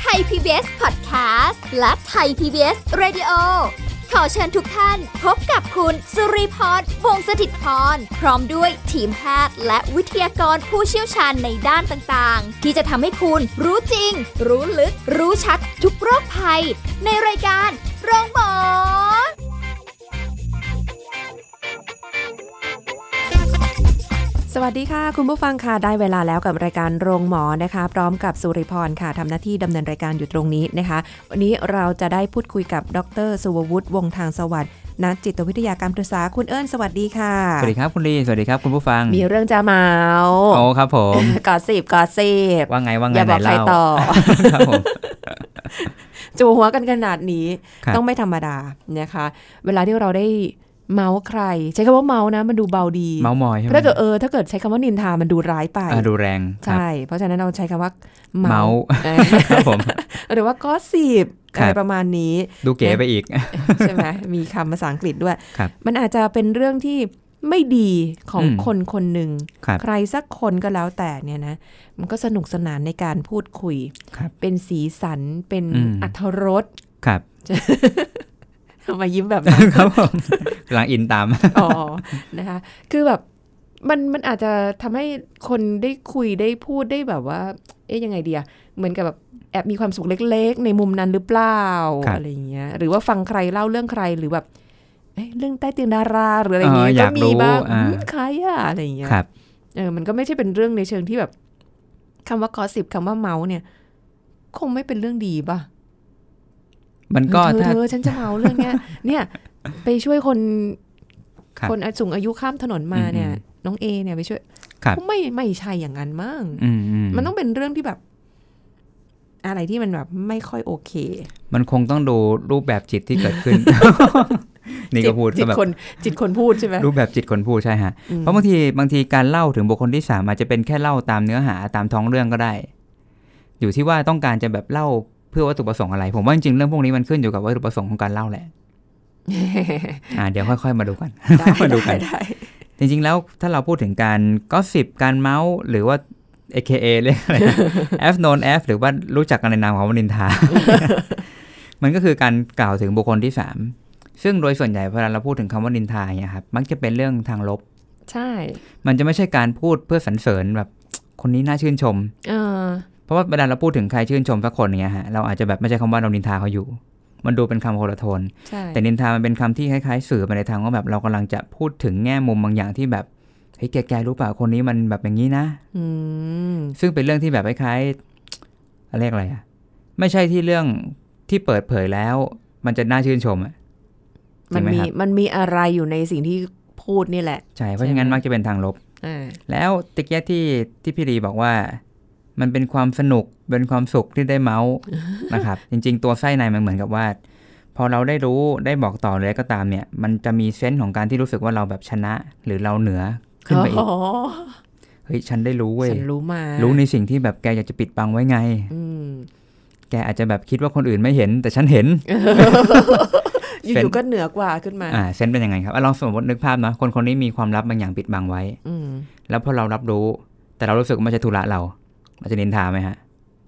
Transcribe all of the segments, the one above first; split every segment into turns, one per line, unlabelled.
ไทย PBS Podcast และไทย PBS Radio ขอเชิญทุกท่านพบกับคุณสุริพรวงศสถิตพร พร้อมด้วยทีมแพทย์และวิทยากรผู้เชี่ยวชาญในด้านต่างๆ ที่จะทำให้คุณรู้จริง รู้ลึก รู้ชัดทุกโรคภัย ในรายการโรงพยาบาล
สวัสดีค่ะ คุณผู้ฟังค่ะ ได้เวลาแล้วกับรายการโรงหมอนะคะ พร้อมกับสุริพรค่ะทำหน้าที่ดำเนินรายการอยู่ตรงนี้นะคะ วันนี้เราจะได้พูดคุยกับดรสุวัตวงศ์ทางสวัสดิ์นักจิตวิทยาการปรึกษาคุณเอิญสวัสดีค่ะ
สวัสดีครับคุณลีสวัสดีครับคุณผู้ฟัง
มีเรื่องจะเมา
โอ้ครับผม
กอสิบกอสิบ
ว่าไงว่าไง
อย่าบอก
ไหน
ใคร
เล่า
ต่อ
ครับ ผม
จูหัวกันขนาดนี้
ครับ
ต้องไม่ธรรมดานะคะ เวลาที่เราได้เมาส์ใคร ใช้คำว่าเมาส์นะมันดูเบาดี
เมามอยใช่ไหม
ถ้าเกิดเออถ้าเกิดใช้คำว่านินทามันดูร้ายไป
อ่าดูแรงครับ
ใช่ เพราะฉะนั้นเราใช้คำว่า
เมาส์
เออ
ครับผม
หรือว่าก็สิบ
ครับ
อะไรประมาณ นี้
ดูเก๋ไปอีก
ใช่ไหมมีคำภาษาอังกฤษด้วย
ครับ
มันอาจจะเป็นเรื่องที่ไม่ดีของ
อืม
คนคนหนึ่ง
ครับ
ใครสักคนก็แล้วแต่เนี่ยนะ มันก็สนุกสนานในการพูดคุย
ครับ
เป็นสีสันเป็น
อืม
อัธรส
ครับ
ทำไมายิ้มแบบนั้น
ครับผมกำลังอินตาม
อ๋อ นะคะ คือแบบมันมันอาจจะทำให้คนได้คุยได้พูดได้แบบว่า เอ๊ยยังไงเดียเหมือนกับแบบแอบมีความสุขเล็กๆ ในมุมนั้นหรือเปล่า
ครับ
อะไรอย่างเงี้ย หรือว่าฟังใครเล่าเรื่องใครหรือแบบเอ๊ะเรื่องใต้เตียงดาราหรืออะไรอย่างเงี้
เอออย ยา
ก็
ก
มีบ้าง
รู้อ่า
อืมใครอะอะไรอย่างเงี้ย
ครับ
เออมันก็ไม่ใช่เป็นเรื่องในเชิงที่แบบคำว่ากอสิบคำว่าเมาส์เนี่ย คงไม่เป็นเรื่องดีป่ะ
มันก็
เธอ
ถ้า
เธอฉันจะเมาเรื่องเนี้ย เนี่ยไปช่วยคน
ครับ
คนสูงอายุข้ามถนนมาเนี่ย
อืม
น้องเอเนี่ยไปช่วย
ครับ
ไม่ไม่ใช่อย่างนั้นมั้ง
อืมอื
มันต้องเป็นเรื่องที่แบบ อะไรที่มันแบบไม่ค่อยโอเค
มันคงต้องดูรูปแบบจิตที่เกิด ขึ้น นี่ก็พูด
จิ
ก็
ต
แบบ
คนจิตคนพูดใช่ไหม
รูปแบบจิตคนพูดใช่ฮะ
อืม
เพราะบางทีบางทีการเล่าถึงบุคคลที่สามอาจจะเป็นแค่เล่าตามเนื้อหาตามท้องเรื่องก็ได้ อยู่ที่ว่าต้องการจะแบบเล่าเพื่อวัตถุประสงค์อะไร ผมว่าจริงๆเรื่องพวกนี้มันขึ้นอยู่กับวัตถุประสงค์ของการเล่าแหละอ่าเดี๋ยวค่อยๆมาดูกัน
ได้
มาดูกั
ได้
น
ได้
จริงๆแล้วถ้าเราพูดถึงการก็สิบการเมาส์หรือว่า AKA เรียกอะไรนะ F known F หรือว่ารู้จักกันในนามของวนินทา มันก็คือการกล่าวถึงบุคคลที่สามซึ่งโดยส่วนใหญ่เวลาเราพูดถึงคำว่านินทาเนี่ยครับมักจะเป็นเรื่องทางลบ
ใช่
มันจะไม่ใช่การพูดเพื่อสรรเสริญแบบ คนนี้น่าชื่นชม
เออ
เพราะว่าเวลาเราพูดถึงใครชื่นชมสักคนเนี่ยฮะเราอาจจะแบบไม่ใช่คำว่าเรานินทาเขาอยู่ มันดูเป็นคำโคละโทน
ใช่
แต่นินทามันเป็นคำที่คล้ายๆสื่อไปในทางว่าแบบเรากำลังจะพูดถึงแง่มุมบางอย่างที่แบบเฮ้ยแกแกรู้เปล่าคนนี้มันแบบอย่างนี้นะ
อืม
ซึ่งเป็นเรื่องที่แบบคล้ายๆอะไรเรียกอะไรอะไม่ใช่ที่เรื่องที่เปิดเผยแล้ว มันจะน่าชื่นชมอะจ
มั
ริ
น
งไหม
มี
ครับ
มันมีอะไรอยู่ในสิ่งที่พูดนี่แหละ
ใช่เพราะฉะนั้น
ใช่ไหม
มักจะเป็นทางลบ
อ่า
แล้วตะเกียที่ที่พี่รีบอกว่า มันเป็นความสนุกเป็นความสุขที่ได้เมาส์ นะครับ จริง ๆ ตัวไส้ในมันเหมือนกับว่า พอเราได้รู้ได้บอกต่อเลยก็ตามเนี่ย มันจะมีเซนส์ของการที่รู้สึกว่าเราแบบชนะ หรือเราเหนือขึ้นไปอีก
อ๋อ
เฮ้ยฉันได้รู้เว้ย
ฉันรู้มา
รู้
รู้
ในสิ่งที่แบบแกอยากจะปิดบังไว้ไง
อืม
แกอาจจะแบบคิดว่าคนอื่นไม่เห็น แต่ฉันเห็น
อยู่ ๆ ก็เหนือกว่าขึ้นมา
อ่าเซนส์เป็นยังไงครับอ่ะลองสมมตินึกภาพนะคนคนนี้มีความลับบางอย่างปิดบังไว้
อืม
แล้วพอเรารับรู้ แต่เรารู้สึกว่าไม่ใช่ธุระเราเราจะนินทาไหมฮะ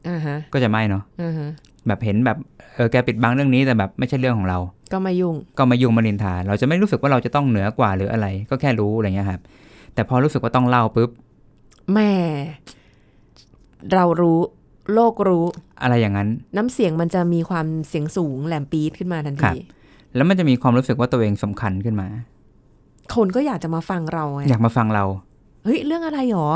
อ่าฮะ
ก็จะไม่เนาะ
อ่าฮะ
แบบเห็นแบบเออแกปิดบังเรื่องนี้แต่แบบไม่ใช่เรื่องของเรา
ก็ไมายุ่ง
ก็มายุ่งมานินทา เราจะไม่รู้สึกว่าเราจะต้องเหนือกว่าหรืออะไร ก็แค่รู้อะไรเงี้ยครับ แต่พอรู้สึกว่าต้องเล่าปุ๊บ
แหม่ เรารู้ โลกรู้
อะไรอย่างนั้น
น้ำเสียงมันจะมีความเสียงสูงแหลมปี๊ดขึ้นมาทัน
ครั
ที
บ แล้วมันจะมีความรู้สึกว่าตัวเองสำคัญขึ้นมา
คนก็อยากจะมาฟังเราไง
อยากมาฟังเรา
เฮ้ย เรื่องอะไรหรอ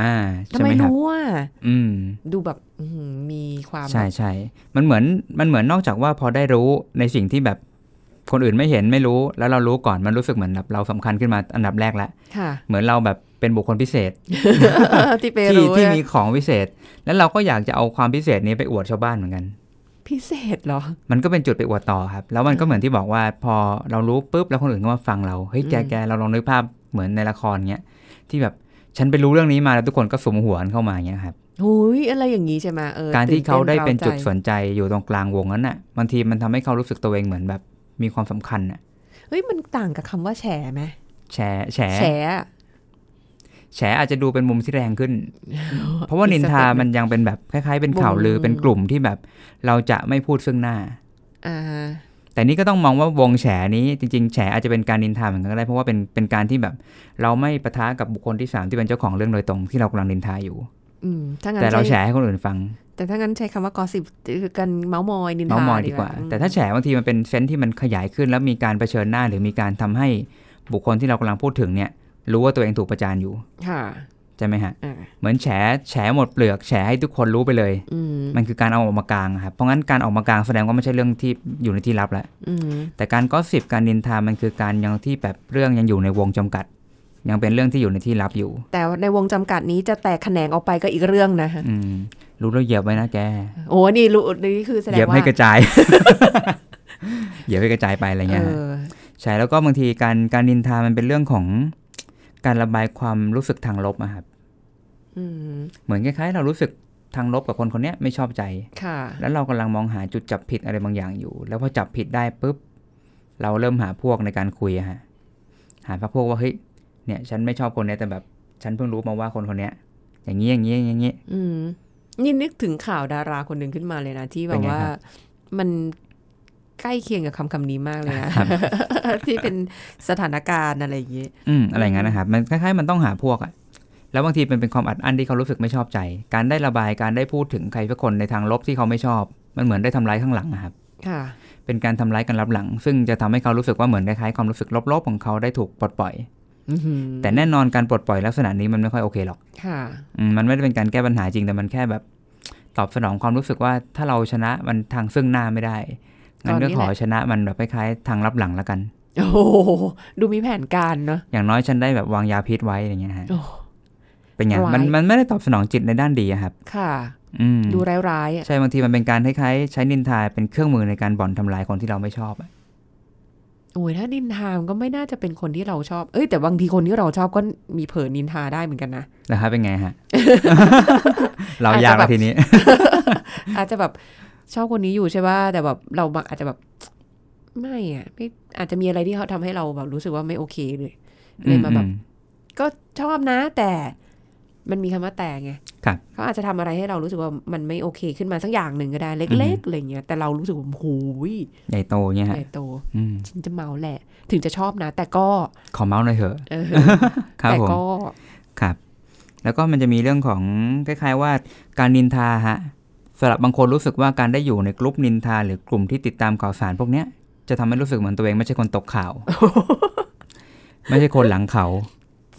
อ่า
ทำ
ใช่
ไม
ไหมครับ
รู้อ่ะ
อืม
ดูแบบอื้อหือมีความ
ใช่ใช่มันเหมือนมันเหมือนนอกจากว่าพอได้รู้ในสิ่งที่แบบคนอื่นไม่เห็นไม่รู้ แล้วเรารู้ก่อนมันรู้สึกเหมือนแบบเราสำคัญขึ้นมาอันดับแรกละ
ค่ะ
เหมือนเราแบบเป็นบุคคลพิเศษ
ที่ไป
ที่
รู้
ที่
อะ
มีของพิเศษ แล้วเราก็อยากจะเอาความพิเศษนี้ไปอวดชาวบ้านเหมือนกัน
พิเศษเหรอ
มันก็เป็นจุดไปอวดต่อครับ แล้วมันก็เหมือนที่บอกว่าพอเรารู้ปุ๊บแล้วคนอื่นก็มาฟังเรา เฮ้ยแก
อืม
แกเราลองนึกภาพเหมือนในละครเงี้ยที่แบบฉันไปรู้เรื่องนี้มาแล้วทุกคนก็สมหัวกันเข้ามาเงี้ยครับ
หุยอะไรอย่างนี้ใช่ไหมเออ
การที่เขาได้เป็นจุด
ตื่ต้
สนใจอยู่ตรงกลางวงนั้นน่ะบางทีมันทำให้เขารู้สึกตัวเองเหมือนแบบมีความสำคัญน่ะ
เ เฮ้ยมันต่างกับคำว่าแฉไหม
แฉแฉ
แฉอะ
แฉอาจจะดูเป็นมุมที่แรง ขึ้น เพราะว่า
อีก
นินทา
สเต็ปห
มันยังเป็นแบบคล้าย ๆ เป็นข่าวลือเป็นกลุ่มที่แบบ เราจะไม่พูดซึ่งหน้า
อ่า
แต่นี่ก็ต้องมองว่าวงแฉนี้จริงๆ แฉอาจจะเป็นการนินทาเหมือนกันก็ได้ เพราะว่าเป็นเป็นการที่แบบ เราไม่ปะทะกับบุคคลที่สามที่เป็นเจ้าของเรื่องโดยตรงที่เรากำลังนินทาอยู่
อืมถ้างั้น
แต่เรา
ใช้
แฉให้คนอื่นฟัง
แต่ถ้างั้นใช้คำว่ากอสิบคือการเมาส์มอยนินทา
เมามอยดีกว่า
อืม
แต่ถ้าแฉบางทีมันเป็นเซนส์ที่มันขยายขึ้น แล้วมีการเผชิญหน้าหรือมีการทำให้บุคคลที่เรากำลังพูดถึงเนี่ยรู้ว่าตัวเองถูกประจานอยู่
ค่ะ
ใช่ไหมฮะ
อ่า
เหมือนแฉแฉหมดเปลือกแฉให้ทุกคนรู้ไปเลย
อืม
มันคือการเอาออกมากลางอะครับเพราะงั้นการออกมากลางแสดงว่าไม่ใช่เรื่องที่อยู่ในที่ลับแล้ว
อืม
แต่การก็สิบการนินทามันคือการยังที่แบบเรื่องยังอยู่ในวงจำกัด ยังเป็นเรื่องที่อยู่ในที่ลับอยู่
แต่ในวงจำกัดนี้จะแตกแขนงออกไปก็อีกเรื่องนะฮะ
อืม รู้แล้วเหยียบไว้นะแก
โอ้นี่รู้นี่คือแสดง
เหยียบ
ว่า
ให้กระจาย เหยียบให้กระจายไปอะไร
เอ
เงี้ยฮะ
อ
ใช่แล้วก็บางทีการการนินทามันเป็นเรื่องของ การระบายความรู้สึกทางลบอะครับ
อืม
เหมือนคล้ายๆ เรารู้สึกทางลบกับคนคนเนี้ยไม่ชอบใจ
ค่ะ
แล้วเรากำลังมองหาจุดจับผิดอะไรบางอย่างอยู่ แล้วพอจับผิดได้ปุ๊บ เราเริ่มหาพวกในการคุยอะฮะ หาพวกว่าเฮ้ย เนี่ยฉันไม่ชอบคนเนี้ยแต่แบบ ฉันเพิ่งรู้มาว่าคนคนเนี้ย อย่างนี้อย่างนี้อย่างนี้
อืมนี่นึกถึงข่าวดาราคนหนึ่งขึ้นมาเลยนะ ที่แบ
เป็
บ
นไง
ว่า
ครับ
มันใกล้เคียงกับคำคำนี้มากเลยนะ
ครับ
ที่เป็นสถานการณ์อะไรอย่างเงี้ย
อืมอะไรอย่างนั้นนะครับ มันคล้ายๆ มันต้องหาพวกอะแล้วบางทีมันเป็นความอัดอั้นที่เขารู้สึกไม่ชอบใจ การได้ระบายการได้พูดถึงใครสักคนในทางลบที่เขาไม่ชอบ มันเหมือนได้ทำร้ายข้างหลังอะครับ
ค่ะ
เป็นการทำร้ายกันรับหลัง ซึ่งจะทำให้เขารู้สึกว่าเหมือนคล้ายๆความรู้สึกลบๆของเขาได้ถูกปลดปล่อย
อือหือ
แต่แน่นอนการปลดปล่อยลักษณะนี้มันไม่ค่อยโอเคหรอก
ค่ะ
อืมมันไม่ได้เป็นการแก้ปัญหาจริงแต่มันแค่แบบ ตอบสนองความรู้สึกว่าถ้าเราชนะมันทางซึ่งหน้าไม่ได้งั้นก็ขอชนะมันแบบคล้ายๆทางรับหลังละกัน
โอ้โหดูมีแผนการเนาะ
อย่างน้อยฉันได้แบบวางยาพิษไว้อย่างเงี้ยฮะ
โอ้
เป็นไง
ร้าย
มันมันไม่ได้ตอบสนองจิตในด้านดีอะครับ
ค่ะ
อืม
ดูร้ายๆอ่ะ
ใช่บางทีมันเป็นการคล้ายๆใช้นินทาเป็นเครื่องมือในการบ่อนทำลายคนที่เราไม่ชอบอะ
โอ้ยถ้านินทามนก็ไม่น่าจะเป็นคนที่เราชอบ เอ้ยแต่บางทีคนที่เราชอบก็มีเผลอนินทาได้เหมือน กันนะ
นะครับเป็นไงฮะ เรา
อาจจะ
ยาก
แบ
ละ
บ
ทีนี้
อาจจะแบบชอบคนนี้อยู่ใช่ป่ะแต่แบบเราอาจจะแบบ ไม่อะไม่อาจจะมีอะไรที่เขาทำให้เราแบบรู้สึกว่าไม่โอเคเลย เลยมาแบบ
อื
ก็ชอบนะ แต่มันมีคำว่าแต่ไง
ครับ
เขาอาจจะทำอะไรให้เรารู้สึกว่ามันไม่โอเค ขึ้นมาสักอย่างหนึ่งก็ได้ เล็กๆอะไรเงี้ยแต่เรารู้สึกว่าโอ้โหูย
ใหญ่โตเงี้ย
ให
ฮะ
ญ่โต
อืม
ฉันจะเมาแหละ ถึงจะชอบนะ แต่ก็
ขอเมาส์หน่อยเถอะ
เออ
ครับ
แต่
ผม
ก็
ครับ แล้วก็มันจะมีเรื่องของคล้ายๆว่าการนินทาฮะสำหรับบางคนรู้สึกว่าการได้อยู่ในกลุ่มนินทา หรือกลุ่มที่ติดตามข่าวสารพวกเนี้ยจะทำให้รู้สึกเหมือนตัวเองไม่ใช่คนตก ข่าว ไม่ใช่คนหลังเขา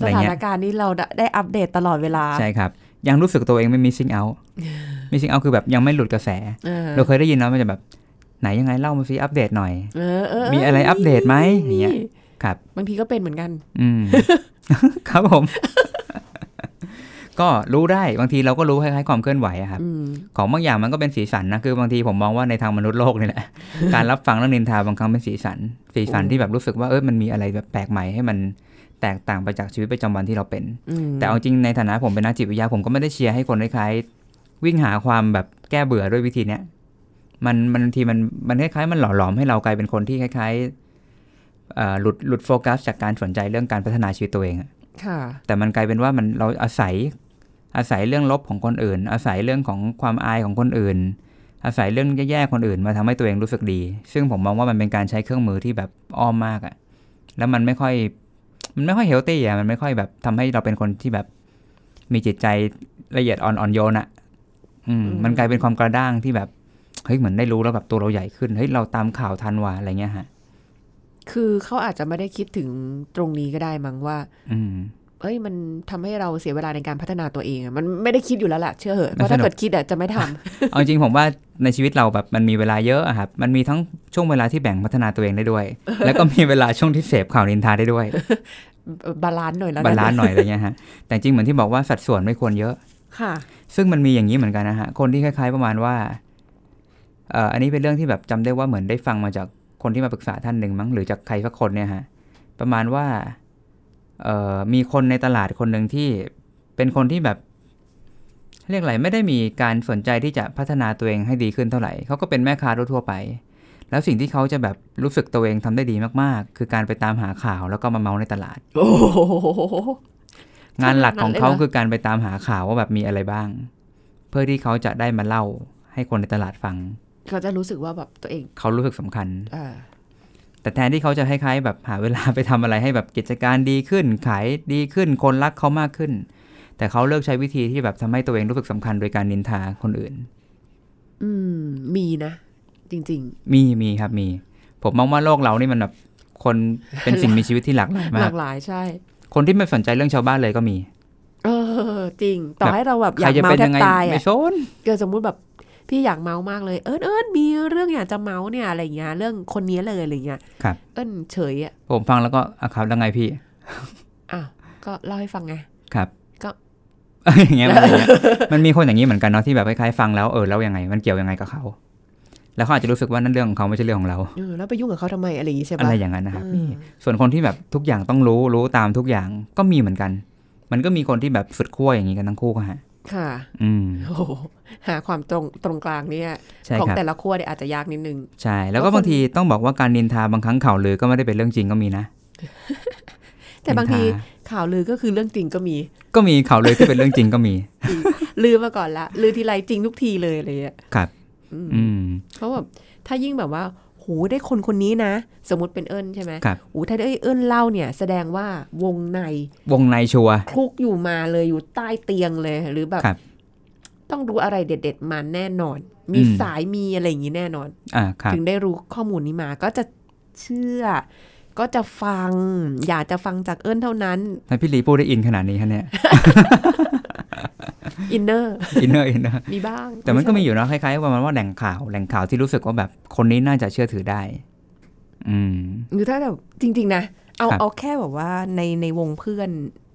อะ
ส
ไร
ถา
เงี้
น
ย
การณ์นี้เราได้อัปเดตตลอดเวลา
ใช่ครับ ยังรู้สึกตัวเองไม่มีซิงเอามีซิงเอาคือแบบยังไม่หลุดกระแส
เออ
เราเคยได้ยินแล้วมันจะแบบ ไหนยังไงเล่ามาซิอัปเดตหน่อย
เออเออ
มีอะไรอัปเดตไหมอย่างเงี้ย ครับ
บางทีก็เป็นเหมือนกัน
อืม ครับผม ก็รู้ได้บางทีเราก็รู้คล้ายๆความเคลื่อนไหวอะครับ
อืม
ของบางอย่างมันก็เป็นสีสันนะ คือบางทีผมมองว่าในทางมนุษย์โลกนี่แหละ การรับฟังเรื่องนินทาบางครั้งเป็นสีสัน สีสัน
โอ้
ที่แบบรู้สึกว่าเออมันมีอะไรแบบแปลกใหม่ให้มันแตกต่างไปจากชีวิตประจำวันที่เราเป็น
อืม
แต่เอาจริงในฐานะผมเป็นนักจิตวิทยาผมก็ไม่ได้เชียร์ให้คนคล้ายๆวิ่งหาความแบบแก้เบื่อด้วยวิธีเนี้ยมันมันบางทีมันมันคล้ายๆ มันหล่อหลอมให้เรากลายเป็นคนที่คล้ายๆเอ่อหลุดหลุดโฟกัสจากการสนใจเรื่องการพัฒนาชีวิตตัวเองอะ
ค่ะ
แต่มันกลายเป็นว่ามันเราอาศัยอาศัยเรื่องลบของคนอื่น อาศัยเรื่องของความอายของคนอื่น อาศัยเรื่องแย่ๆคนอื่นมาทำให้ตัวเองรู้สึกดี ซึ่งผมมองว่ามันเป็นการใช้เครื่องมือที่แบบอ้อมมากอะแล้วมันไม่ค่อยมันไม่ค่อยเฮลตี้อะมันไม่ค่อยแบบทำให้เราเป็นคนที่แบบมีจิตใจละเอียดอ่อนอ่อนโยนอะอืม
อืม
มันกลายเป็นความกระด้างที่แบบเฮ้ยเหมือนได้รู้แล้วแบบตัวเราใหญ่ขึ้นเฮ้ยเราตามข่าวทันว่ะอะไรเงี้ยฮะ
คือเขาอาจจะไม่ได้คิดถึงตรงนี้ก็ได้มั้งว่า
อืม
เอ้ยมันทำให้เราเสียเวลาในการพัฒนาตัวเองอะมันไม่ได้คิดอยู่แล้วแหละเชื่อเหอะเพราะถ้าเกิดคิดอะจะไม่ทำ
เอาจริงผมว่าในชีวิตเราแบบมันมีเวลาเยอะอะครับ มันมีทั้งช่วงเวลาที่แบ่งพัฒนาตัวเองได้ ด้วย แล้วก็มีเวลาช่วงที่เสพข่าวนินทาได้ด้วย
บาลานซ์หน่อยแล้วะ
บาลานซ์หน่อยอะไรเงี้ยฮะ แต่จริงเหมือนที่บอกว่าสัดส่วนไม่ควรเยอะ
ค่ะ
ซึ่งมันมีอย่างนี้เหมือนกันนะฮะ คนที่คล้ายๆประมาณว่าเอ่ออันนี้เป็นเรื่องที่แบบจำได้ว่าเหมือนได้ฟังมาจากคนที่มาปรึกษาท่านหนึ่งมั้งหรือจากใครสักคนเนี่ยฮะ ประมาณว่าเอ่อมีคนในตลาดคนหนึ่งที่เป็นคนที่แบบ เรียกอะไรไม่ได้มีการสนใจที่จะพัฒนาตัวเองให้ดีขึ้นเท่าไหร่เขาก็เป็นแม่ค้าทั่วๆไป แล้วสิ่งที่เขาจะแบบรู้สึกตัวเองทำได้ดีมากๆ คือการไปตามหาข่าวแล้วก็มาเมาในตลาด
โอ้โห
งานหลักของเขา
ขนาดนั้นเลยเหรอ
คือการไปตามหาข่าวว่าแบบมีอะไรบ้าง เพื่อที่เขาจะได้มาเล่าให้คนในตลาดฟัง
เขาจะรู้สึกว่าแบบตัวเอง
เขารู้สึกสำคัญ
เอ่อ
แต่แทนที่เขาจะคล้ายๆแบบหาเวลา ไปทำอะไรให้แบบกิจการดีขึ้น ขายดีขึ้น คนรักเขามากขึ้น แต่เขาเลือกใช้วิธีที่แบบทำให้ตัวเองรู้สึกสำคัญโดยการนินทาคนอื่น
อืม มีนะ จริง
มีมีครับมี ผมมองว่าโลกเรานี่มันแบบคนเป็นสิ่งมีชีวิตที่หลากหลาย
ๆ ห
มา
ลาก กหลายใช่
คนที่ไม่สนใจเรื่องชาวบ้านเลยก็มี
เออ จริง ต่อให้เราแบบอ
ใคร
ยาก
จะ
เมา
เป็น
แท
ยั
บ
งไง
ตายอ่ะ
ไม่สน
เกิดสมมุติแบบพี่อยากเมามากเลย เอิญเอิญมีเรื่องอยากจะเมาเนี่ยอะไรอย่างเงี้ยเรื่องคนนี้เลยอะไรอย่างเงี้ย
ครับ
เอิญเฉยอ่ะ
ผมฟังแล้วก็อ่ะครับแล้วไงพี่
อ้าวก็เล่าให้ฟังไง
ครับ
ก็
อย่างเงี้ยมันอย่างเงี้ยมันมีคนอย่างนี้เหมือนกันเนาะที่แบบคล้ายๆฟังแล้วเออแล้วยังไง มันเกี่ยวยังไงกับเขา แล้วเขาอาจจะรู้สึกว่านั่นเรื่องของเขาไม่ใช่เรื่องของเรา
เออแล้วไปยุ่งกับเขาทำไมอะไรอย่างงี้ใช่ปะ
อะไรอย่างนั้นนะครับ
อืม
ส่วนคนที่แบบทุกอย่างต้องรู้รู้ตามทุกอย่างก็มีเหมือนกัน มันก็มีคนที่แบบสุดขั้วอย่างนี้กันทั้งคู่ก็ฮะ
ค่ะ
อืม
โอ้โหหาความตรงตรงกลางเนี่ย
ใช่
ของ
ครับ
แต่ละขั้วเนี่ยอาจจะยากนิดนึง
ใช่ แล้ว
แล้
ก็
วคน
บางทีต้องบอกว่าการนินทาบางครั้งข่าวลือก็ไม่ได้เป็นเรื่องจริงก็มีนะ
แต่บางที
นิน
ข่าวลือก็คือเรื่องจริงก็มี
ก็มีข่าวลือที่เป็นเรื่องจริงก็มี
ลือมาก่อนละลือทีไรจริงทุกทีเลยอะไรอย่างเงี้ย
ครับ
อืม
อืม
เพราะแบบถ้ายิ่งแบบว่าโหได้คนคนนี้นะ สมมติเป็นเอิญใช่ไหม
ครับ
โอ้ถ้าได้เอิญเล่าเนี่ย แสดงว่าวงใน
วงในชัวร์
คลุกอยู่มาเลยอยู่ใต้เตียงเลยหรือแบบ
ครับ
ต้องรู้อะไรเด็ด ๆมาแน่นอน มี
อืม
สายมีอะไรอย่างนี้แน่นอน
อ่าครับ
ถึงได้รู้ข้อมูลนี้มาก็จะเชื่อ ก็จะฟัง อยากจะฟังจากเอิญเท่านั้น
ทำไมพี่ลีพูดได้อินขนาดนี้คะเนี่ย
อินเนอร์
อินเนอร์อินเนอร์
มีบ้าง
แต่มันก็มี
ไใช่
อยู่นะคล้ายๆประมาณว่าแหล่งข่าวแหล่งข่าวที่รู้สึกว่าแบบคนนี้น่าจะเชื่อถือได้ อืม
หรือถ้าแบบจริง ๆ นะ เอา
ครับ
เอาแค่แบบว่าในในวงเพื่อน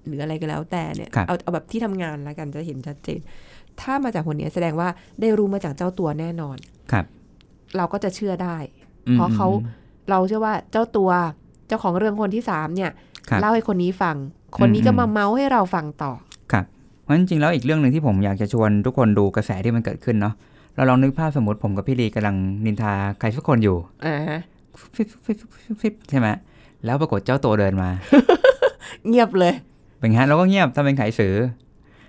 หรืออะไรก็แล้วแต่เนี่ย
ครับ
เอาเอาแบบที่ทำงานแล้วกันจะเห็นชัดเจน ถ้ามาจากคนเนี้ยแสดงว่าได้รู้มาจากเจ้าตัวแน่นอน
ครับ
เราก็จะเชื่อได้
อืม
เพราะเขา
อืม
เราเชื่อว่าเจ้าตัวเจ้าของเรื่องคนที่สามเนี่ย
ครับ
เล่าให้คนนี้ฟัง คนนี้
อืม
ก็มาเมาส์ให้เราฟังต่อ
เพราะจริงๆแล้วอีกเรื่องหนึ่งที่ผมอยากจะชวนทุกคนดูกระแสที่มันเกิดขึ้นเนาะเราลองนึกภาพสมมติผมกับพี่ลีกำลังนินทาใครสักคนอยู่
อ่าฮะ
ฟิบฟิบฟิบฟิบฟิบใช่ไหมแล้วปรากฏเจ้าตัวเดินมา
เงียบเลย
เป็นไงฮะเราก็เงียบทำเป็นไขสือ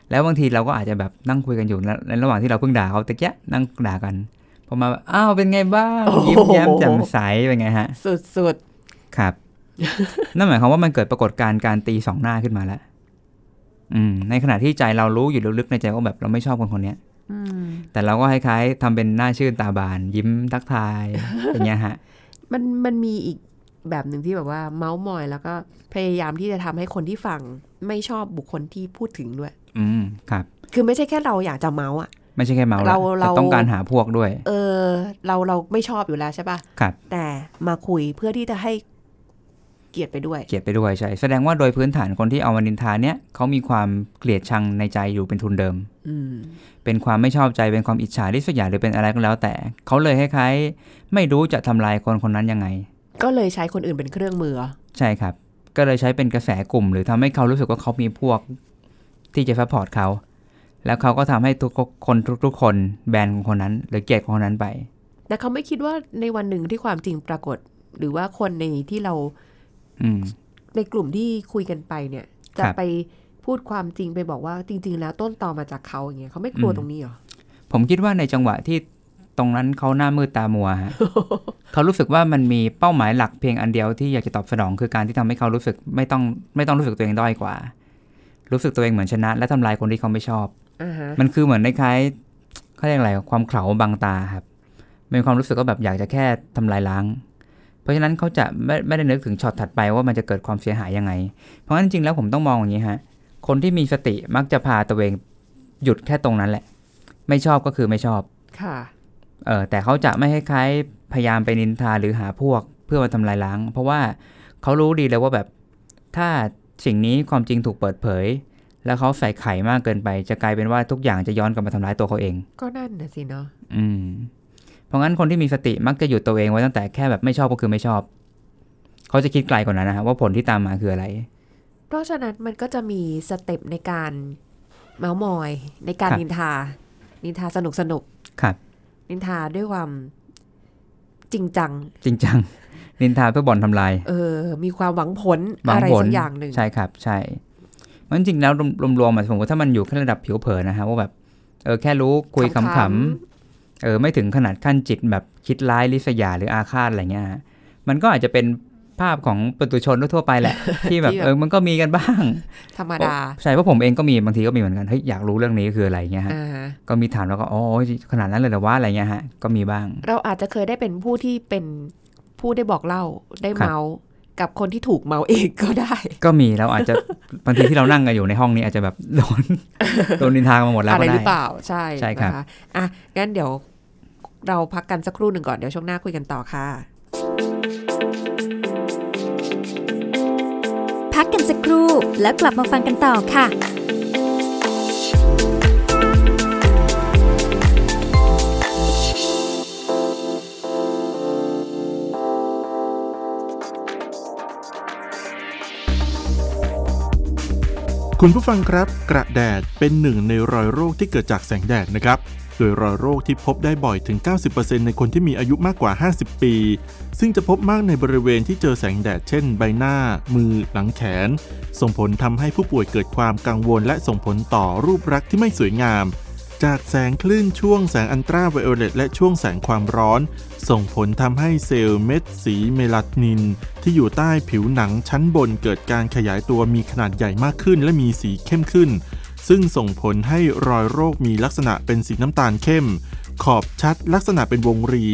แล้วบางทีเราก็อาจจะแบบนั่งคุยกันอยู่นะในระหว่างที่เราเพิ่งด่าเขาตะเกียะนั่งด่ากันพอมาอ้าวเป็นไงบ้าง
โอ้โห
ยิ้มแย้มแจ่มใสเป็นไงฮะ
สุดๆ
ครับ นั่นหมายความว่ามันเกิดปรากฏการณ์การตีสองหน้าขึ้นมาแล้วอืม ในขณะที่ใจเรารู้อยู่ลึกๆในใจว่าแบบเราไม่ชอบคนคนเนี้ยแต่เราก็คล้ายๆทำเป็นหน้าชื่นตาบาน ยิ้มทัก ทาย อย่างเงี้ยฮะ
มันมันมีอีกแบบหนึ่งที่แบบว่าเมาส์มอย แล้วก็พยายามที่จะทำให้คนที่ฟังไม่ชอบบุคคลที่พูดถึงด้วย
อืม ครับ
คือไม่ใช่แค่เราอยากจะเมาส์อ่ะ
ไม่ใช่แค่เมาแล้ว
เรา
แต่
เรา
ต้องการหาพวกด้วย
เออ เราเราไม่ชอบอยู่แล้วใช่ปะ
ครับ
แต่มาคุยเพื่อที่จะให้เกียรติไปด้วย
เกลียดไปด้วยใช่ แสดงว่าโดยพื้นฐานคนที่เอามานินทาเนี้ยเขามีความเกลียดชังในใจอยู่เป็นทุนเดิม
อืม เป็น
เป็นความไม่ชอบใจเป็นความอิจฉาริษยาหรือเป็นอะไรก็แล้ว แต่เขาเลยคล้ายๆไม่รู้จะทำลายคนคนนั้นยังไง
ก็เลยใช้คนอื่นเป็นเครื่องมือเหรอ
ใช่ครับ ก็เลยใช้เป็นกระแสกลุ่ม หรือทำให้เขารู้สึกว่าเขามีพวกที่จะซัพพอร์ตเขา แล้วเขาก็ทำให้ทุกคนทุกๆคนแบนของคนนั้น หรือเกลียดของคนนั้นไป
แต่เขาไม่คิดว่าในวันหนึ่งที่ความจริงปรากฏ หรือว่าคนในที่เรา
อืม
ในกลุ่มที่คุยกันไปเนี่ย จะ
ครับ
ไปพูดความจริงไปบอกว่าจริง ๆ แล้วต้นตอมาจากเขาอย่างเงี้ยเขาไม่กลัว
อืม
ตรงนี้เหรอ
ผมคิดว่าในจังหวะที่ตรงนั้นเขาหน้ามืดตามัวฮะ เขารู้สึกว่ามันมีเป้าหมายหลักเพียงอันเดียวที่อยากจะตอบสนองคือการที่ทำให้เขารู้สึกไม่ต้องไม่ต้องรู้สึกตัวเองด้อยกว่า รู้สึกตัวเองเหมือนชนะ และทำลายคนที่เขาไม่ชอบ
อ่าฮะ
มันคือเหมือนคล้ายๆเขาเรียกอะไรความเขลาบางตาครับเป็นความรู้สึกว่าแบบอยากจะแค่ทำลายล้าง เพราะฉะนั้นเขาจะไม่ไม่ได้นึกถึงช็อตถัดไปว่ามันจะเกิดความเสียหายยังไง เพราะฉะนั้นจริงๆแล้วผมต้องมองอย่างนี้ฮะคนที่มีสติมักจะพาตัวเองหยุดแค่ตรงนั้นแหละ ไม่ชอบก็คือไม่ชอบ
ค่ะ
เออแต่เขาจะไม่คล้ายๆพยายามไปนินทาหรือหาพวกเพื่อมาทำลายล้าง เพราะว่าเขารู้ดีเลยว่าแบบถ้าสิ่งนี้ความจริงถูกเปิดเผย แล้วเขาใส่ไข่มากเกินไป จะกลายเป็นว่าทุกอย่างจะย้อนกลับมาทำร้ายตัวเขาเอง
ก็นั่นน่ะสิเนาะ
อืม เพราะงั้นคนที่มีสติมักจะหยุดตัวเองไว้ตั้งแต่แค่แบบไม่ชอบก็คือไม่ชอบ เขาจะคิดไกลกว่านั้นนะฮะว่าผลที่ตามมาคืออะไร
เพราะฉะนั้นมันก็จะมีสเต็ปในการเมาส์มอย ในการ
ครับ
นินทา นินทาสนุกสนุก
ครับ
นินทาด้วยความ จริงจัง
จริงจั ง นินทาเพื่อบ่อนทำลาย
เออ มีความหวังผล
หวั
อะไร
ผล
สักอย่างหนึ่ง
ใช่ครับ ใช่มันจริงๆแล้วรวมๆอะผมว่าถ้ามันอยู่แค่ระดับผิวเผินนะฮะว่าแบบเออแค่รู้คุยขำๆ เออไม่ถึงขนาดขั้นจิตแบบคิดร้ายลิษยาหรืออาฆาตอะไรเงี้ยฮะมันก็อาจจะเป็นภาพของปุตุชนทั่วๆไปแหละ ที่แบบเออมันก็มีกันบ้าง
ๆธรรมดา
ใช่เพราะผมเองก็มีบางทีก็มีเหมือนกันเฮ้ยอยากรู้เรื่องนี้คืออะไรเงี้ยฮะ
อ่าฮะ
ก็มีถามแล้วก็อ๋อขนาดนั้นเลยเหรอวะอะไรเงี้ยฮะก็มีบ้าง
เราอาจจะเคยได้เป็นผู้ที่เป็นผู้ได้บอกเล่าได้
ครับ
เมาส์กับคนที่ถูกเมาเองก็ได้
ก็มีแล้วอาจจะ บางทีที่เรานั่งกันอยู่ในห้องนี้อาจจะแบบโดน โดนนินทากันมาหมดแล้ว
อะไร
ก็
หรือเป
ได้
ล่าใช่
ใช่ครับ
นะะอ่ะงั้นเดี๋ยวเราพักกันสักครู่หนึ่งก่อนเดี๋ยวช่วงหน้าคุยกันต่อค่ะ
พักกันสักครู่แล้วกลับมาฟังกันต่อค่ะ
คุณผู้ฟังครับ กระแดดเป็นหนึ่งในรอยโรคที่เกิดจากแสงแดดนะครับ โดยรอยโรคที่พบได้บ่อยถึง 90%ในคนที่มีอายุมากกว่า 50 ปี ซึ่งจะพบมากในบริเวณที่เจอแสงแดดเช่นใบหน้า มือ หลังแขน ส่งผลทำให้ผู้ป่วยเกิดความกังวลและส่งผลต่อรูปรักษณ์ที่ไม่สวยงาม จากแสงคลื่นช่วงแสงอันตราไวโอเลตและช่วงแสงความร้อน ส่งผลทำให้เซลล์เม็ดสีเมลานิน ที่อยู่ใต้ผิวหนังชั้นบนเกิดการขยายตัวมีขนาดใหญ่มากขึ้นและมีสีเข้มขึ้น ซึ่งส่งผลให้รอยโรคมีลักษณะเป็นสีน้ำตาลเข้ม ขอบชัดลักษณะเป็นวงรี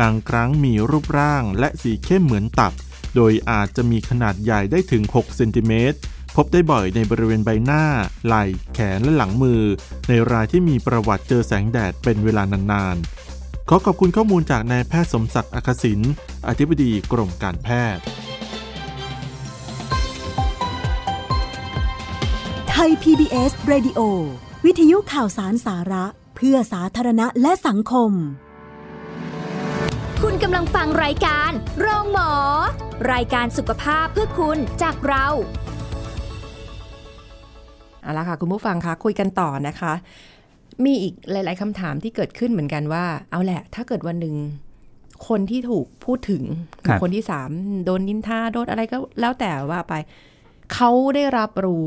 บางครั้งมีรูปร่างและสีเข้มเหมือนตับ โดยอาจจะมีขนาดใหญ่ได้ถึง 6 เซนติเมตร พบได้บ่อยในบริเวณใบหน้า ไหล่ แขนและหลังมือ ในรายที่มีประวัติเจอแสงแดดเป็นเวลานานๆ ขอขอบคุณข้อมูลจากนายแพทย์สมศักดิ์อักษินอธิบดีกรมการแพทย์
ไทย PBS Radio วิทยุข่าวสารสาระ เพื่อสาธารณะและสังคม
คุณกำลังฟังรายการโรงหมอ รายการสุขภาพเพื่อคุณจากเรา
เอาละค่ะ คุณผู้ฟังคะคุยกันต่อนะคะ
มีอีกหลาย ๆคำถามที่เกิดขึ้นเหมือนกันว่า เอาแหละ ถ้าเกิดวันหนึ่งคนที่ถูกพูดถึงห
ค
รื
รั
อบ คนที่สามโดนนินทาโดนอะไรก็แล้วแต่ว่าไป เขาได้รับรู้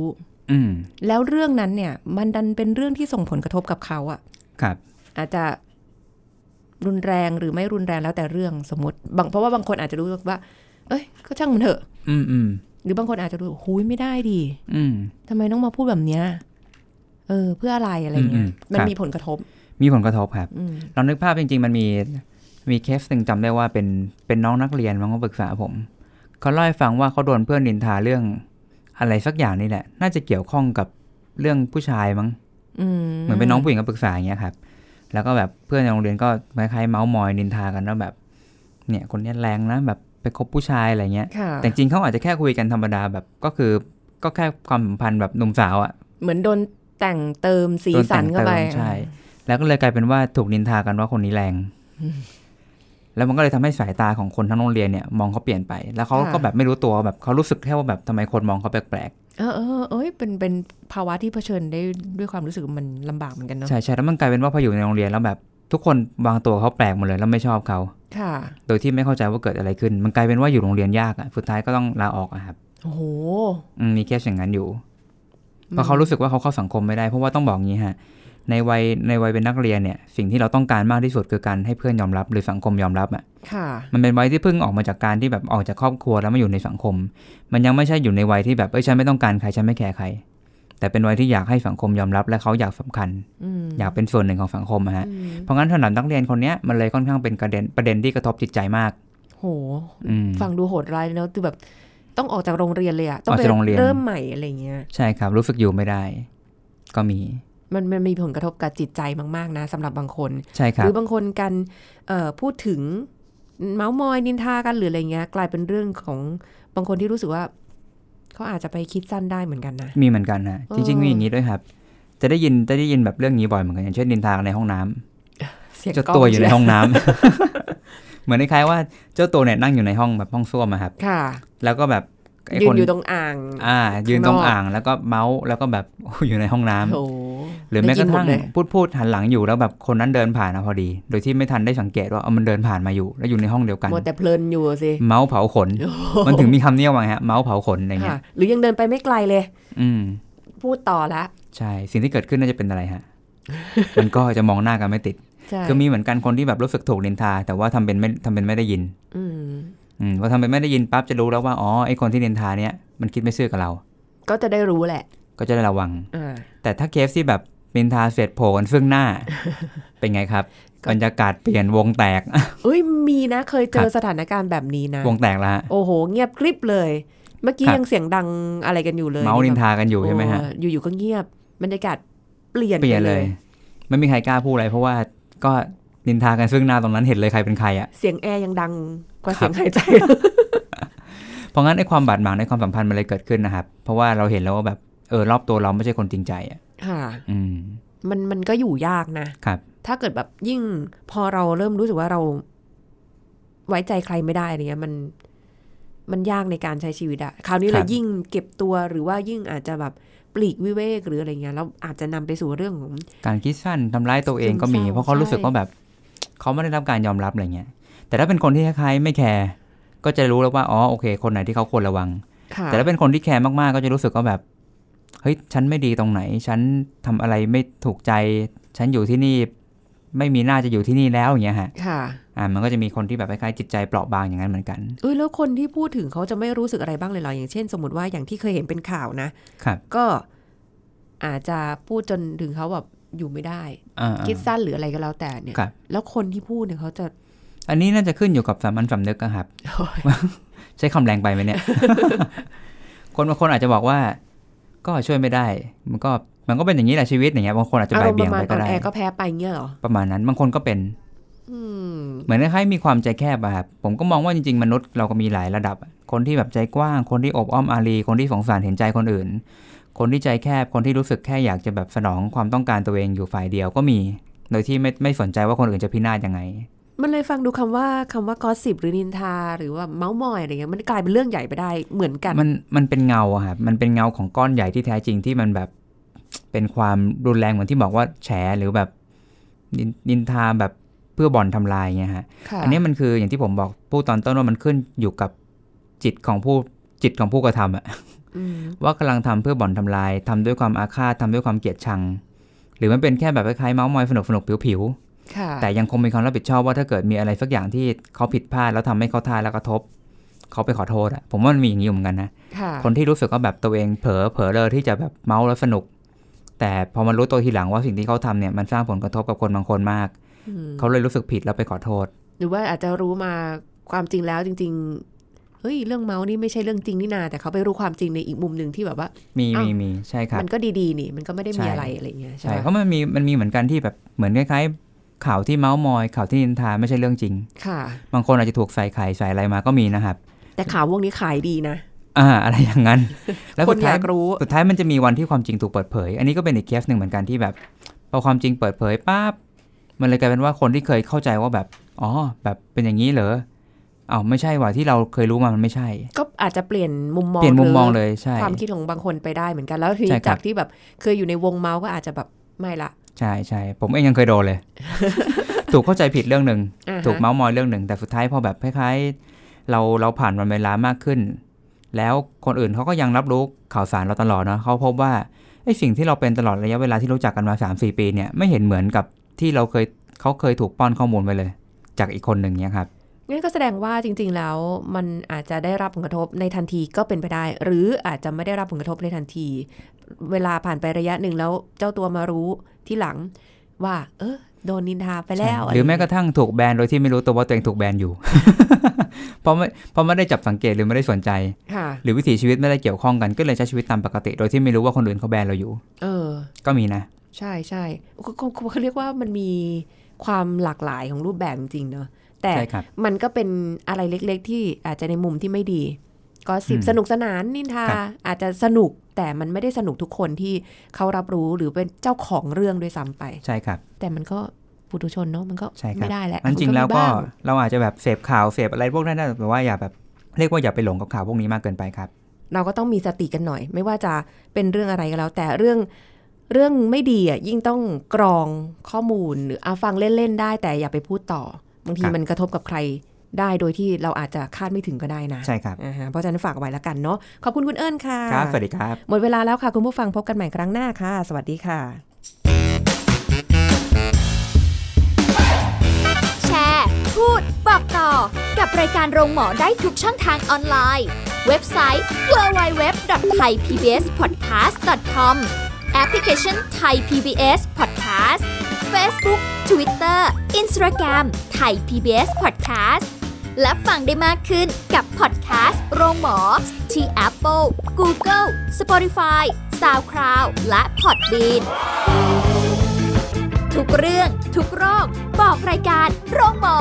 อืม
แล้วเรื่องนั้นเนี่ย มันดันเป็นเรื่องที่ส่งผลกระทบกับเขาอะ
ครับ
อาจจะรุนแรงหรือไม่รุนแรงแล้วแต่เรื่องสมมติบางเพราะว่าบางคนอาจจะรู้สึกว่า เอ้ยก็ช่างมันเถอะ
อืมอืม
หรือบางคนอาจจะรู้สึกหูยไม่ได้ดี
อืม
ทำไมต้องมาพูดแบบเนี้ย เออ เพื่ออะไรอะไรเงี้ย
อืมอืม
มัน
ครับ
มีผลกระทบ
มีผลกระทบครับ
อืม
เรานึกภาพจริงๆ มันมีมีเคสหนึ่งจำได้ว่าเป็นเป็นน้องนักเรียนมันก็ปรึกษาผม เขาเล่าให้ฟังว่าเขาโดนเพื่อนนินทาเรื่องอะไรสักอย่างนี่แหละ น่าจะเกี่ยวข้องกับเรื่องผู้ชายมั้ง
อื
เหมือนเป็นน้องผู้หญิงก็ปรึกษาอย่างเงี้ยครับ แล้วก็แบบเพื่อนในโรงเรียนก็คล้ายๆเมาส์มอยนินทากันว่าแบบ เนี่ยคนเนี้ยแรงนะแบบไปคบผู้ชายอะไรเงี้ย
ค่ะ
แต่จริงๆเขาอาจจะแค่คุยกันธรรมดาแบบก็คือก็แค่ความสัมพันธ์แบบหนุ่มสาวอะ
เหมือนโดนแต่งเติมสีสันเข้าไป
โดนแต่งเติมใช่ แล้วก็เลยกลายเป็นว่าถูกนินทากันว่าคนนี้แรง แล้วมันก็เลยทำให้สายตาของคนทั้งโรงเรียนเนี่ยมองเขาเปลี่ยนไป แล้วเขาก็แบบไม่รู้ตัวแบบเขารู้สึกแค่ว่าแบบทำไมคนมองเขาแปลก
เออเออเอ้ยเป็นเป็นภาวะที่เผชิญได้ด้วยความรู้สึกมันลำบากเหมือนกัน
ๆ
เนาะ
ใช่ใช่แล้วมันกลายเป็นว่าพออยู่ในโรงเรียนแล้วแบบ ทุกคนวางตัวเขาแปลกหมดเลยแล้วไม่ชอบเขา
ค่ะ
โดยที่ไม่เข้าใจว่าเกิดอะไรขึ้น มันกลายเป็นว่าอยู่โรงเรียนยากอะสุดท้ายก็ต้องลาออกอะครับ
โอ้โห
อืมมีเคสอย่างนั้นอยู่ เพราะเขารู้สึกว่าเขาเข้าสังคมไม่ได้ เพราะว่าต้องบอกงี้ฮะ ในวัยในวัยเป็นนักเรียนเนี่ย สิ่งที่เราต้องการมากที่สุดคือการให้เพื่อนยอมรับ หรือสังคมยอมรับอะ
ค่ะ
มันเป็นวัยที่เพิ่งออกมาจากการที่แบบออกจากครอบครัวแล้วมาอยู่ในสังคม มันยังไม่ใช่อยู่ในวัยที่แบบเอ้ยฉันไม่ต้องการใครฉันไม่แคร์ใคร แต่เป็นวัยที่อยากให้สังคมยอมรับและเขาอยากสำคัญ
อืม
อยากเป็นส่วนหนึ่งของสังคมอะฮะ
อืม
เพราะงั้นสำหรับนักเรียนคนเนี้ยมันเลยค่อนข้างเป็นประเด็นประเด็นที่กระทบจิตใจมาก
โห
อืม
ฟังดูโหดร้ายเนาะคือแบบ ต้องออกจากโรงเรียนเลยอะต้อง
ออกจากโรงเรียน
เริ่มใหม่อะไรเงี้ย
ใช่ครับรู้สึกอยู่ไม่ได้ ก็มี
มันมันมีผลกระทบกับจิตใจมากๆนะสำหรับบางคน
ใช่ค
ห
รับ
รือบางคนกันเอ่อพูดถึงเมาส์มอยนินทากันหรืออะไรเงี้ย กลายเป็นเรื่องของบางคนที่รู้สึกว่า เขาอาจจะไปคิดสั้นได้เหมือนกันนะ
มีเหมือนกันฮะ
เออ
จริงๆมีอย่างนี้ด้วยครับ จะได้ยินจะได้ยินแบบเรื่องนี้บ่อยเหมือนกันอย่างเช่นนินทากันในห้องน้ำ
เสียง
เจ้าก
ล้
ตัวอยู่ใน
เชี
ห้องน้ำ เหมือนคล้ายๆว่าเจ้าตัวเนี่ยนั่งอยู่ในห้องแบบห้องส้วมอะครับ
ค่ะ
แล้วก็แบบ
ยืน
ไค
อยู่ตรงอ่าง
อ่ายืนตรง
ข้างนอก
อ่างแล้วก็เมาส์แล้วก็แบบ อยู่ในห้องน้ำ
โอ้
หรือแม้กระทั่ง
ได้ยินหมดเลย
พูดพูดหันหลังอยู่แล้วแบบคนนั้นเดินผ่านมาพอดี โดยที่ไม่ทันได้สังเกตว่าเอามันเดินผ่านมาอยู่ แล้วอยู่ในห้องเดียวกัน
หมดแต่เพลินอยู่สิ
เมาส์เผาขน มันถึงมีคำเนี้ยว่าไงฮะเมาส์เผาขนอะไรเงี้
ค่ะ
ย
หรือยังเดินไปไม่ไกลเลย
อืม
พูดต่อละ
ใช่ สิ่งที่เกิดขึ้นน่าจะเป็นอะไรฮะ มันก็จะมองหน้ากันไม่ติด
ใช่
คือมีเหมือนกันคนที่แบบรู้สึกถูกนินทา แต่ว่าทำเป็นไม่ทำเป็นไม่ได้ยิน
อืม
อืมพอทำเป็นไม่ได้ยินปั๊บจะรู้แล้วว่า อ๋อ ไอคนที่นินทาเนี่ยมันคิดไม่ซื่อกับเรา
ก็จะได้รู้แหละ
ก็จะได้ระวัง
อ่า
แต่ถ้าเคสที่แบบนินทาเสร็จโผล่กันซึ่ง หน้า เป็นไงครับ
ก็
บรรยากาศเปลี่ยนวงแต ก
เอ้ยมีนะเคยเจ
ครั
อบ สถานการณ์แบบนี้นะ
วงแตกแล้วฮะ
โอ้โห เงียบกริบเลย เมื่อกี้
ครับ
ยังเสียงดังอะไรกันอยู่เลย
เมาส์นินทากันอ
แบบ
ยู่ใช่ไหมฮะ
โอ้อยู่ๆก็เงียบบรรยากาศเปลี่ยน
เปลี่ยนเลย ไม่มีใครกล้าพูดอะไรเพราะว่าก็นินทากันซึ่งหน้าตรงนั้นเห็นเลยใครเป็นใครอ่ะ
เสียงแอร์ยังดังกว่า
ครั
เสีย
บ
ง หายใจ
เพราะงั้นไอ้ความบาดหมางในความสัมพันธ์มันเลยเกิดขึ้นนะครับ เพราะว่าเราเห็นแล้วว่าแบบเออรอบตัวเราไม่ใช่คนจริงใจอ่ะ
ค่ะ
อืม
มันมันก็อยู่ยากนะ
ครับ
ถ้าเกิดแบบยิ่งพอเราเริ่มรู้สึกว่าเรา ไว้ใจใครไม่ได้อะไรเงี้ยมัน มันยากในการใช้ชีวิตอะคราวนี้
ค
เล
รั
ย
บ
ยิ่งเก็บตัวหรือว่ายิ่งอาจจะแบบปลีกวิเวกหรืออะไรเงี้ยแล้วอาจจะนำไปสู่เรื่องของ
การคิดสั้นทำร้ายตัวเองก็มี
ซึมเศร้า
เพราะเขารู้สึกว่าแบบ เขาไม่ได้รับการยอมรับอะไรเงี้ย แต่ถ้าเป็นคนที่คล้ายๆไม่แคร์ก็จะรู้แล้วว่าอ๋อโอเค คนไหนที่เขาควรระวัง
ะ
แต่ถ้าเป็นคนที่แคร์มากๆ ก็จะรู้สึกว่าแบบเฮ้ยฉันไม่ดีตรงไหน ฉันทำอะไรไม่ถูกใจ ฉันอยู่ที่นี่ ไม่มีหน้าจะอยู่ที่นี่แล้วอย่างเงี้ยฮะ
ค่ะ
อ่ามันก็จะมีคนที่แบบคล้ายๆจิตใจเปราะบางอย่างนั้นเหมือนกัน
เอ้ยแล้วคนที่พูดถึงเขาจะไม่รู้สึกอะไรบ้างเลยเหรออย่างเช่น สมมติว่าอย่างที่เคยเห็นเป็นข่าวนะ
ครับ
ก็อาจจะพูดจนถึงเขาแบบอยู่ไม่ได้
อ่า
คิดสั้นหรืออะไรก็แล้วแต่เนี่ย
ครับ
แล้วคนที่พูดเนี่ยเขาจะ
อันนี้น่าจะขึ้นอยู่กับสามัญสำนึกอะ ครับ ใช้คำแรงไปไหมเนี่ย คนบางคนอาจจะบอกว่า ก็ช่วยไม่ได้ มันก็มันก็เป็นอย่างนี้แหละชีวิตอย่างเงี้ยบางคนอาจจะ
อา
บ่าร
ม
ย
ณ์ป
เบี่ยง
ระมาณอ่
ไปก็
อน
ได้
แอก็แพ้ไปเงี้ยเหรอ
ประมาณนั้น บางคนก็เป็น
อืม
เหมือนคล้ายๆมีความใจแคบอะครับผมก็มองว่าจริงๆ มนุษย์เราก็มีหลายระดับอะคนที่แบบใจกว้าง คนที่อบอ้อมอารี คนที่สงสารเห็นใจคนอื่น คนที่ใจแคบคนที่รู้สึกแค่อยากจะแบบสนองความต้องการตัวเองอยู่ฝ่ายเดียวก็มี โดยที่ไม่ไม่สนใจว่าคนอื่นจะพินาศยังไง
มันเลยฟังดูคำว่าคำว่ากอสิบหรือนินทา หรือว่าเมาส์มอยอะไรเงี้ยมันกลายเป็นเรื่องใหญ่ไปได้เหมือนกัน
มันมันเป็นเงาอะครับมันเป็นเงาของก้อนใหญ่ที่แท้จริงที่มันแบบ เป็นความรุนแรงเหมือนที่บอกว่าแฉหรือแบบนินนินทาแบบเพื่อบ่อนทำลายเงี้ยฮะ
ค่ะ
อันเนี้ยมันคืออย่างที่ผมบอกพูดตอนต้นว่ามันขึ้นอยู่กับจิตของผู้จิตของผู้กระทำอะ
อืม
ว่ากำลังทำเพื่อบ่อนทำลายทำด้วยความอาฆาตทำด้วยความเกลียดชัง หรือมันเป็นแค่แบบคล้ายๆเมาส์มอยสนุกสนุกๆผิว
ค่ะ
ๆแต่ยังคงมีความรับผิดชอบว่าถ้าเกิดมีอะไรสักอย่างที่เขาผิดพลาดแล้วทำให้เขาทายแล้วกระทบ เขาไปขอโทษอะผมว่ามันมีอย่างนี้อยู่เหมือนกันนะ
ค่ะ
คนที่รู้สึกว่าแบบตัวเองเผลอเผลอเลยที่จะแบบเมาแล้วสนุก แต่พอมันรู้ตัวทีหลังว่าสิ่งที่เขาทำเนี่ยมันสร้างผลกระทบกับคนบางคนมาก
อืม
เขาเลยรู้สึกผิดแล้วไปขอโทษ
หรือว่าอาจจะรู้มาความจริงแล้วจริง ๆเฮ้ยเรื่องเมาส์นี่ไม่ใช่เรื่องจริงนี่นา แต่เขาไปรู้ความจริงในอีกมุมหนึ่งที่แบบว่า
มี
อ้าว
มีมีใช่ครับ
มันก็ดีๆ นี่ มันก็ไม่ได้
ใช่
มีอะไรอะไรเงี้ยใช่
ใช่
ปะ
เพราะมันมีมันมีเหมือนกันที่แบบเหมือนคล้ายๆ ข่าวที่เมาส์มอย ข่าวที่นินทาไม่ใช่เรื่องจริง
ค่ะ
บางคนอาจจะถูกใส่ไข่ใส่อะไรมาก็มีนะครับ
แต่ข่าวพวกนี้ขายดีนะ
อ่า อะไรอย่างนั้น แล้ว
ค
สุ
น
ด
อ
ท้าย
ยากรู้
สุดท้ายมันจะมีวันที่ความจริงถูกเปิดเผย อันนี้ก็เป็นอีกเคสหนึ่งเหมือนกันที่แบบพอความจริงเปิดเผยปั๊บมันเลยกลายเป็นว่าคนที่เคยเข้าใจว่าแบบอ๋อแบบเป็นอย่างนี้เหรออ้าวไม่ใช่ว่าที่เราเคยรู้มามันไม่ใช่
ก็อาจจะเปลี่ยนมุมมอง
เปลี่ยนมุมมอง
หรื
เลยใช่
ความคิดของบางคนไปได้เหมือนกันแล้วที
ใช่
นี้
ครั
จา
บ
กที่แบบเคยอยู่ในวงเมาส์ก็อาจจะแบบไม่ละ
ใช่ใช่ผมเองยังเคยโดนเลย ถูกเข้าใจผิดเรื่องหนึ่ง
อ่าฮะ
ถูกเมาส์มอยเรื่องหนึ่งแต่สุดท้ายพอแบบคล้ายๆ เราเราผ่านวันเวลามากขึ้น แล้วคนอื่นเขาก็ยังรับรู้ข่าวสารเราตลอดเนาะเขาพบว่าไอ้สิ่งที่เราเป็นตลอดระยะเวลาที่รู้จักกันมา 3 4 ปีเนี่ยไม่เห็นเหมือนกับที่เราเคยเขาเคยถูกป้อนข้อมูลไปเลย จากอีกคนหนึ่งเนี่ยครับ
งั้นก็แสดงว่าจริง ๆ แล้วมันอาจจะได้รับผลกระทบในทันทีก็เป็นไปได้ หรืออาจจะไม่ได้รับผลกระทบในทันที เวลาผ่านไประยะหนึ่งแล้วเจ้าตัวมารู้ที่หลังว่า เออโดนนินทาไปแล้ว
หรือแม้กระทั่งถูกแบนโดยที่ไม่รู้ตัวว่าตัวเองถูกแบนอยู่ เพราะไม่เพราะไม่ได้จับสังเกตหรือไม่ได้สนใจ
ค่ะ
หรือวิถีชีวิตไม่ได้เกี่ยวข้องกันก็เลยใช้ชีวิตตามปกติ โดยที่ไม่รู้ว่าคนอื่นเขาแบนเราอยู่
เออ
ก็มีนะ
ใช่ใช่เขาเขาเขาเรียกว่ามันมีความหลากหลายของรูปแบบจริงๆเนอะแต่
ใช่ครับ
มันก็เป็นอะไรเล็กๆ ที่อาจจะในมุมที่ไม่ดี ก็สิบ
อืม
สนุกสนานนินทา
ครับ
อาจจะสนุกแต่มันไม่ได้สนุกทุกคนที่เขารับรู้หรือเป็นเจ้าของเรื่องด้วยซ้ำไป
ใช่ครับ
แต่มันก็ปุถุชนเนาะมันก็
ใช่ครับ
ไม่ได้แหละ
นั้นจริงแล้วก็
มันมีบ้า
เราอาจจะแบบเสพข่าวเสพอะไรพวกนั้นได้แต่ว่าอย่าแบบเรียกว่าอย่าไปหลงกับข่าวพวกนี้มากเกินไปครับ
เราก็ต้องมีสติกันหน่อย ไม่ว่าจะเป็นเรื่องอะไรก็แล้ว แต่เรื่อง เรื่องไม่ดีอ่ะยิ่งต้องกรองข้อมูลหรืออาฟังเล่น ๆ ได้แต่อย่าไปพูดต่อ บางที
ครับ
มันกระทบกับใครได้โดยที่เราอาจจะคาดไม่ถึงก็ได้นะ
ใช่ครับ
อ่าฮะเพราะฉะนั้นฝากไว้แล้วกันเนาะขอบคุณคุณเอิญค่ะ
ครับสวัสดีครับ
หมดเวลาแล้วค่ะคุณผู้ฟังพบกันใหม่ครั้งหน้าค่ะ สวัสดีค่ะ
แชร์ พูด บอกต่อ กับรายการโรงหมอได้ทุกช่องทางออนไลน์ เว็บไซต์ www.thaipbspodcast.com แอปพลิเคชัน Thai PBS Podcast Facebook Twitter Instagram Thai PBS Podcast และฟังได้มากขึ้นกับพอดแคสต์โรงหมอ ที่ Apple, Google, Spotify, SoundCloud และ Podbean ทุกเรื่องทุกโรค บอกรายการโรงหมอ